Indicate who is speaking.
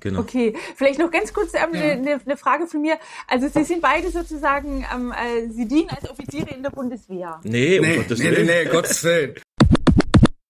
Speaker 1: Genau.
Speaker 2: Okay, vielleicht noch ganz kurz ähm,
Speaker 1: Ja.
Speaker 2: eine, eine Frage von mir. Also Sie sind beide sozusagen, ähm, äh, Sie dienen als Offiziere in der Bundeswehr.
Speaker 1: Nee, um
Speaker 3: Nee,
Speaker 1: Gottes
Speaker 3: nee, nee,
Speaker 1: Willen.
Speaker 3: nee, Gottes Willen.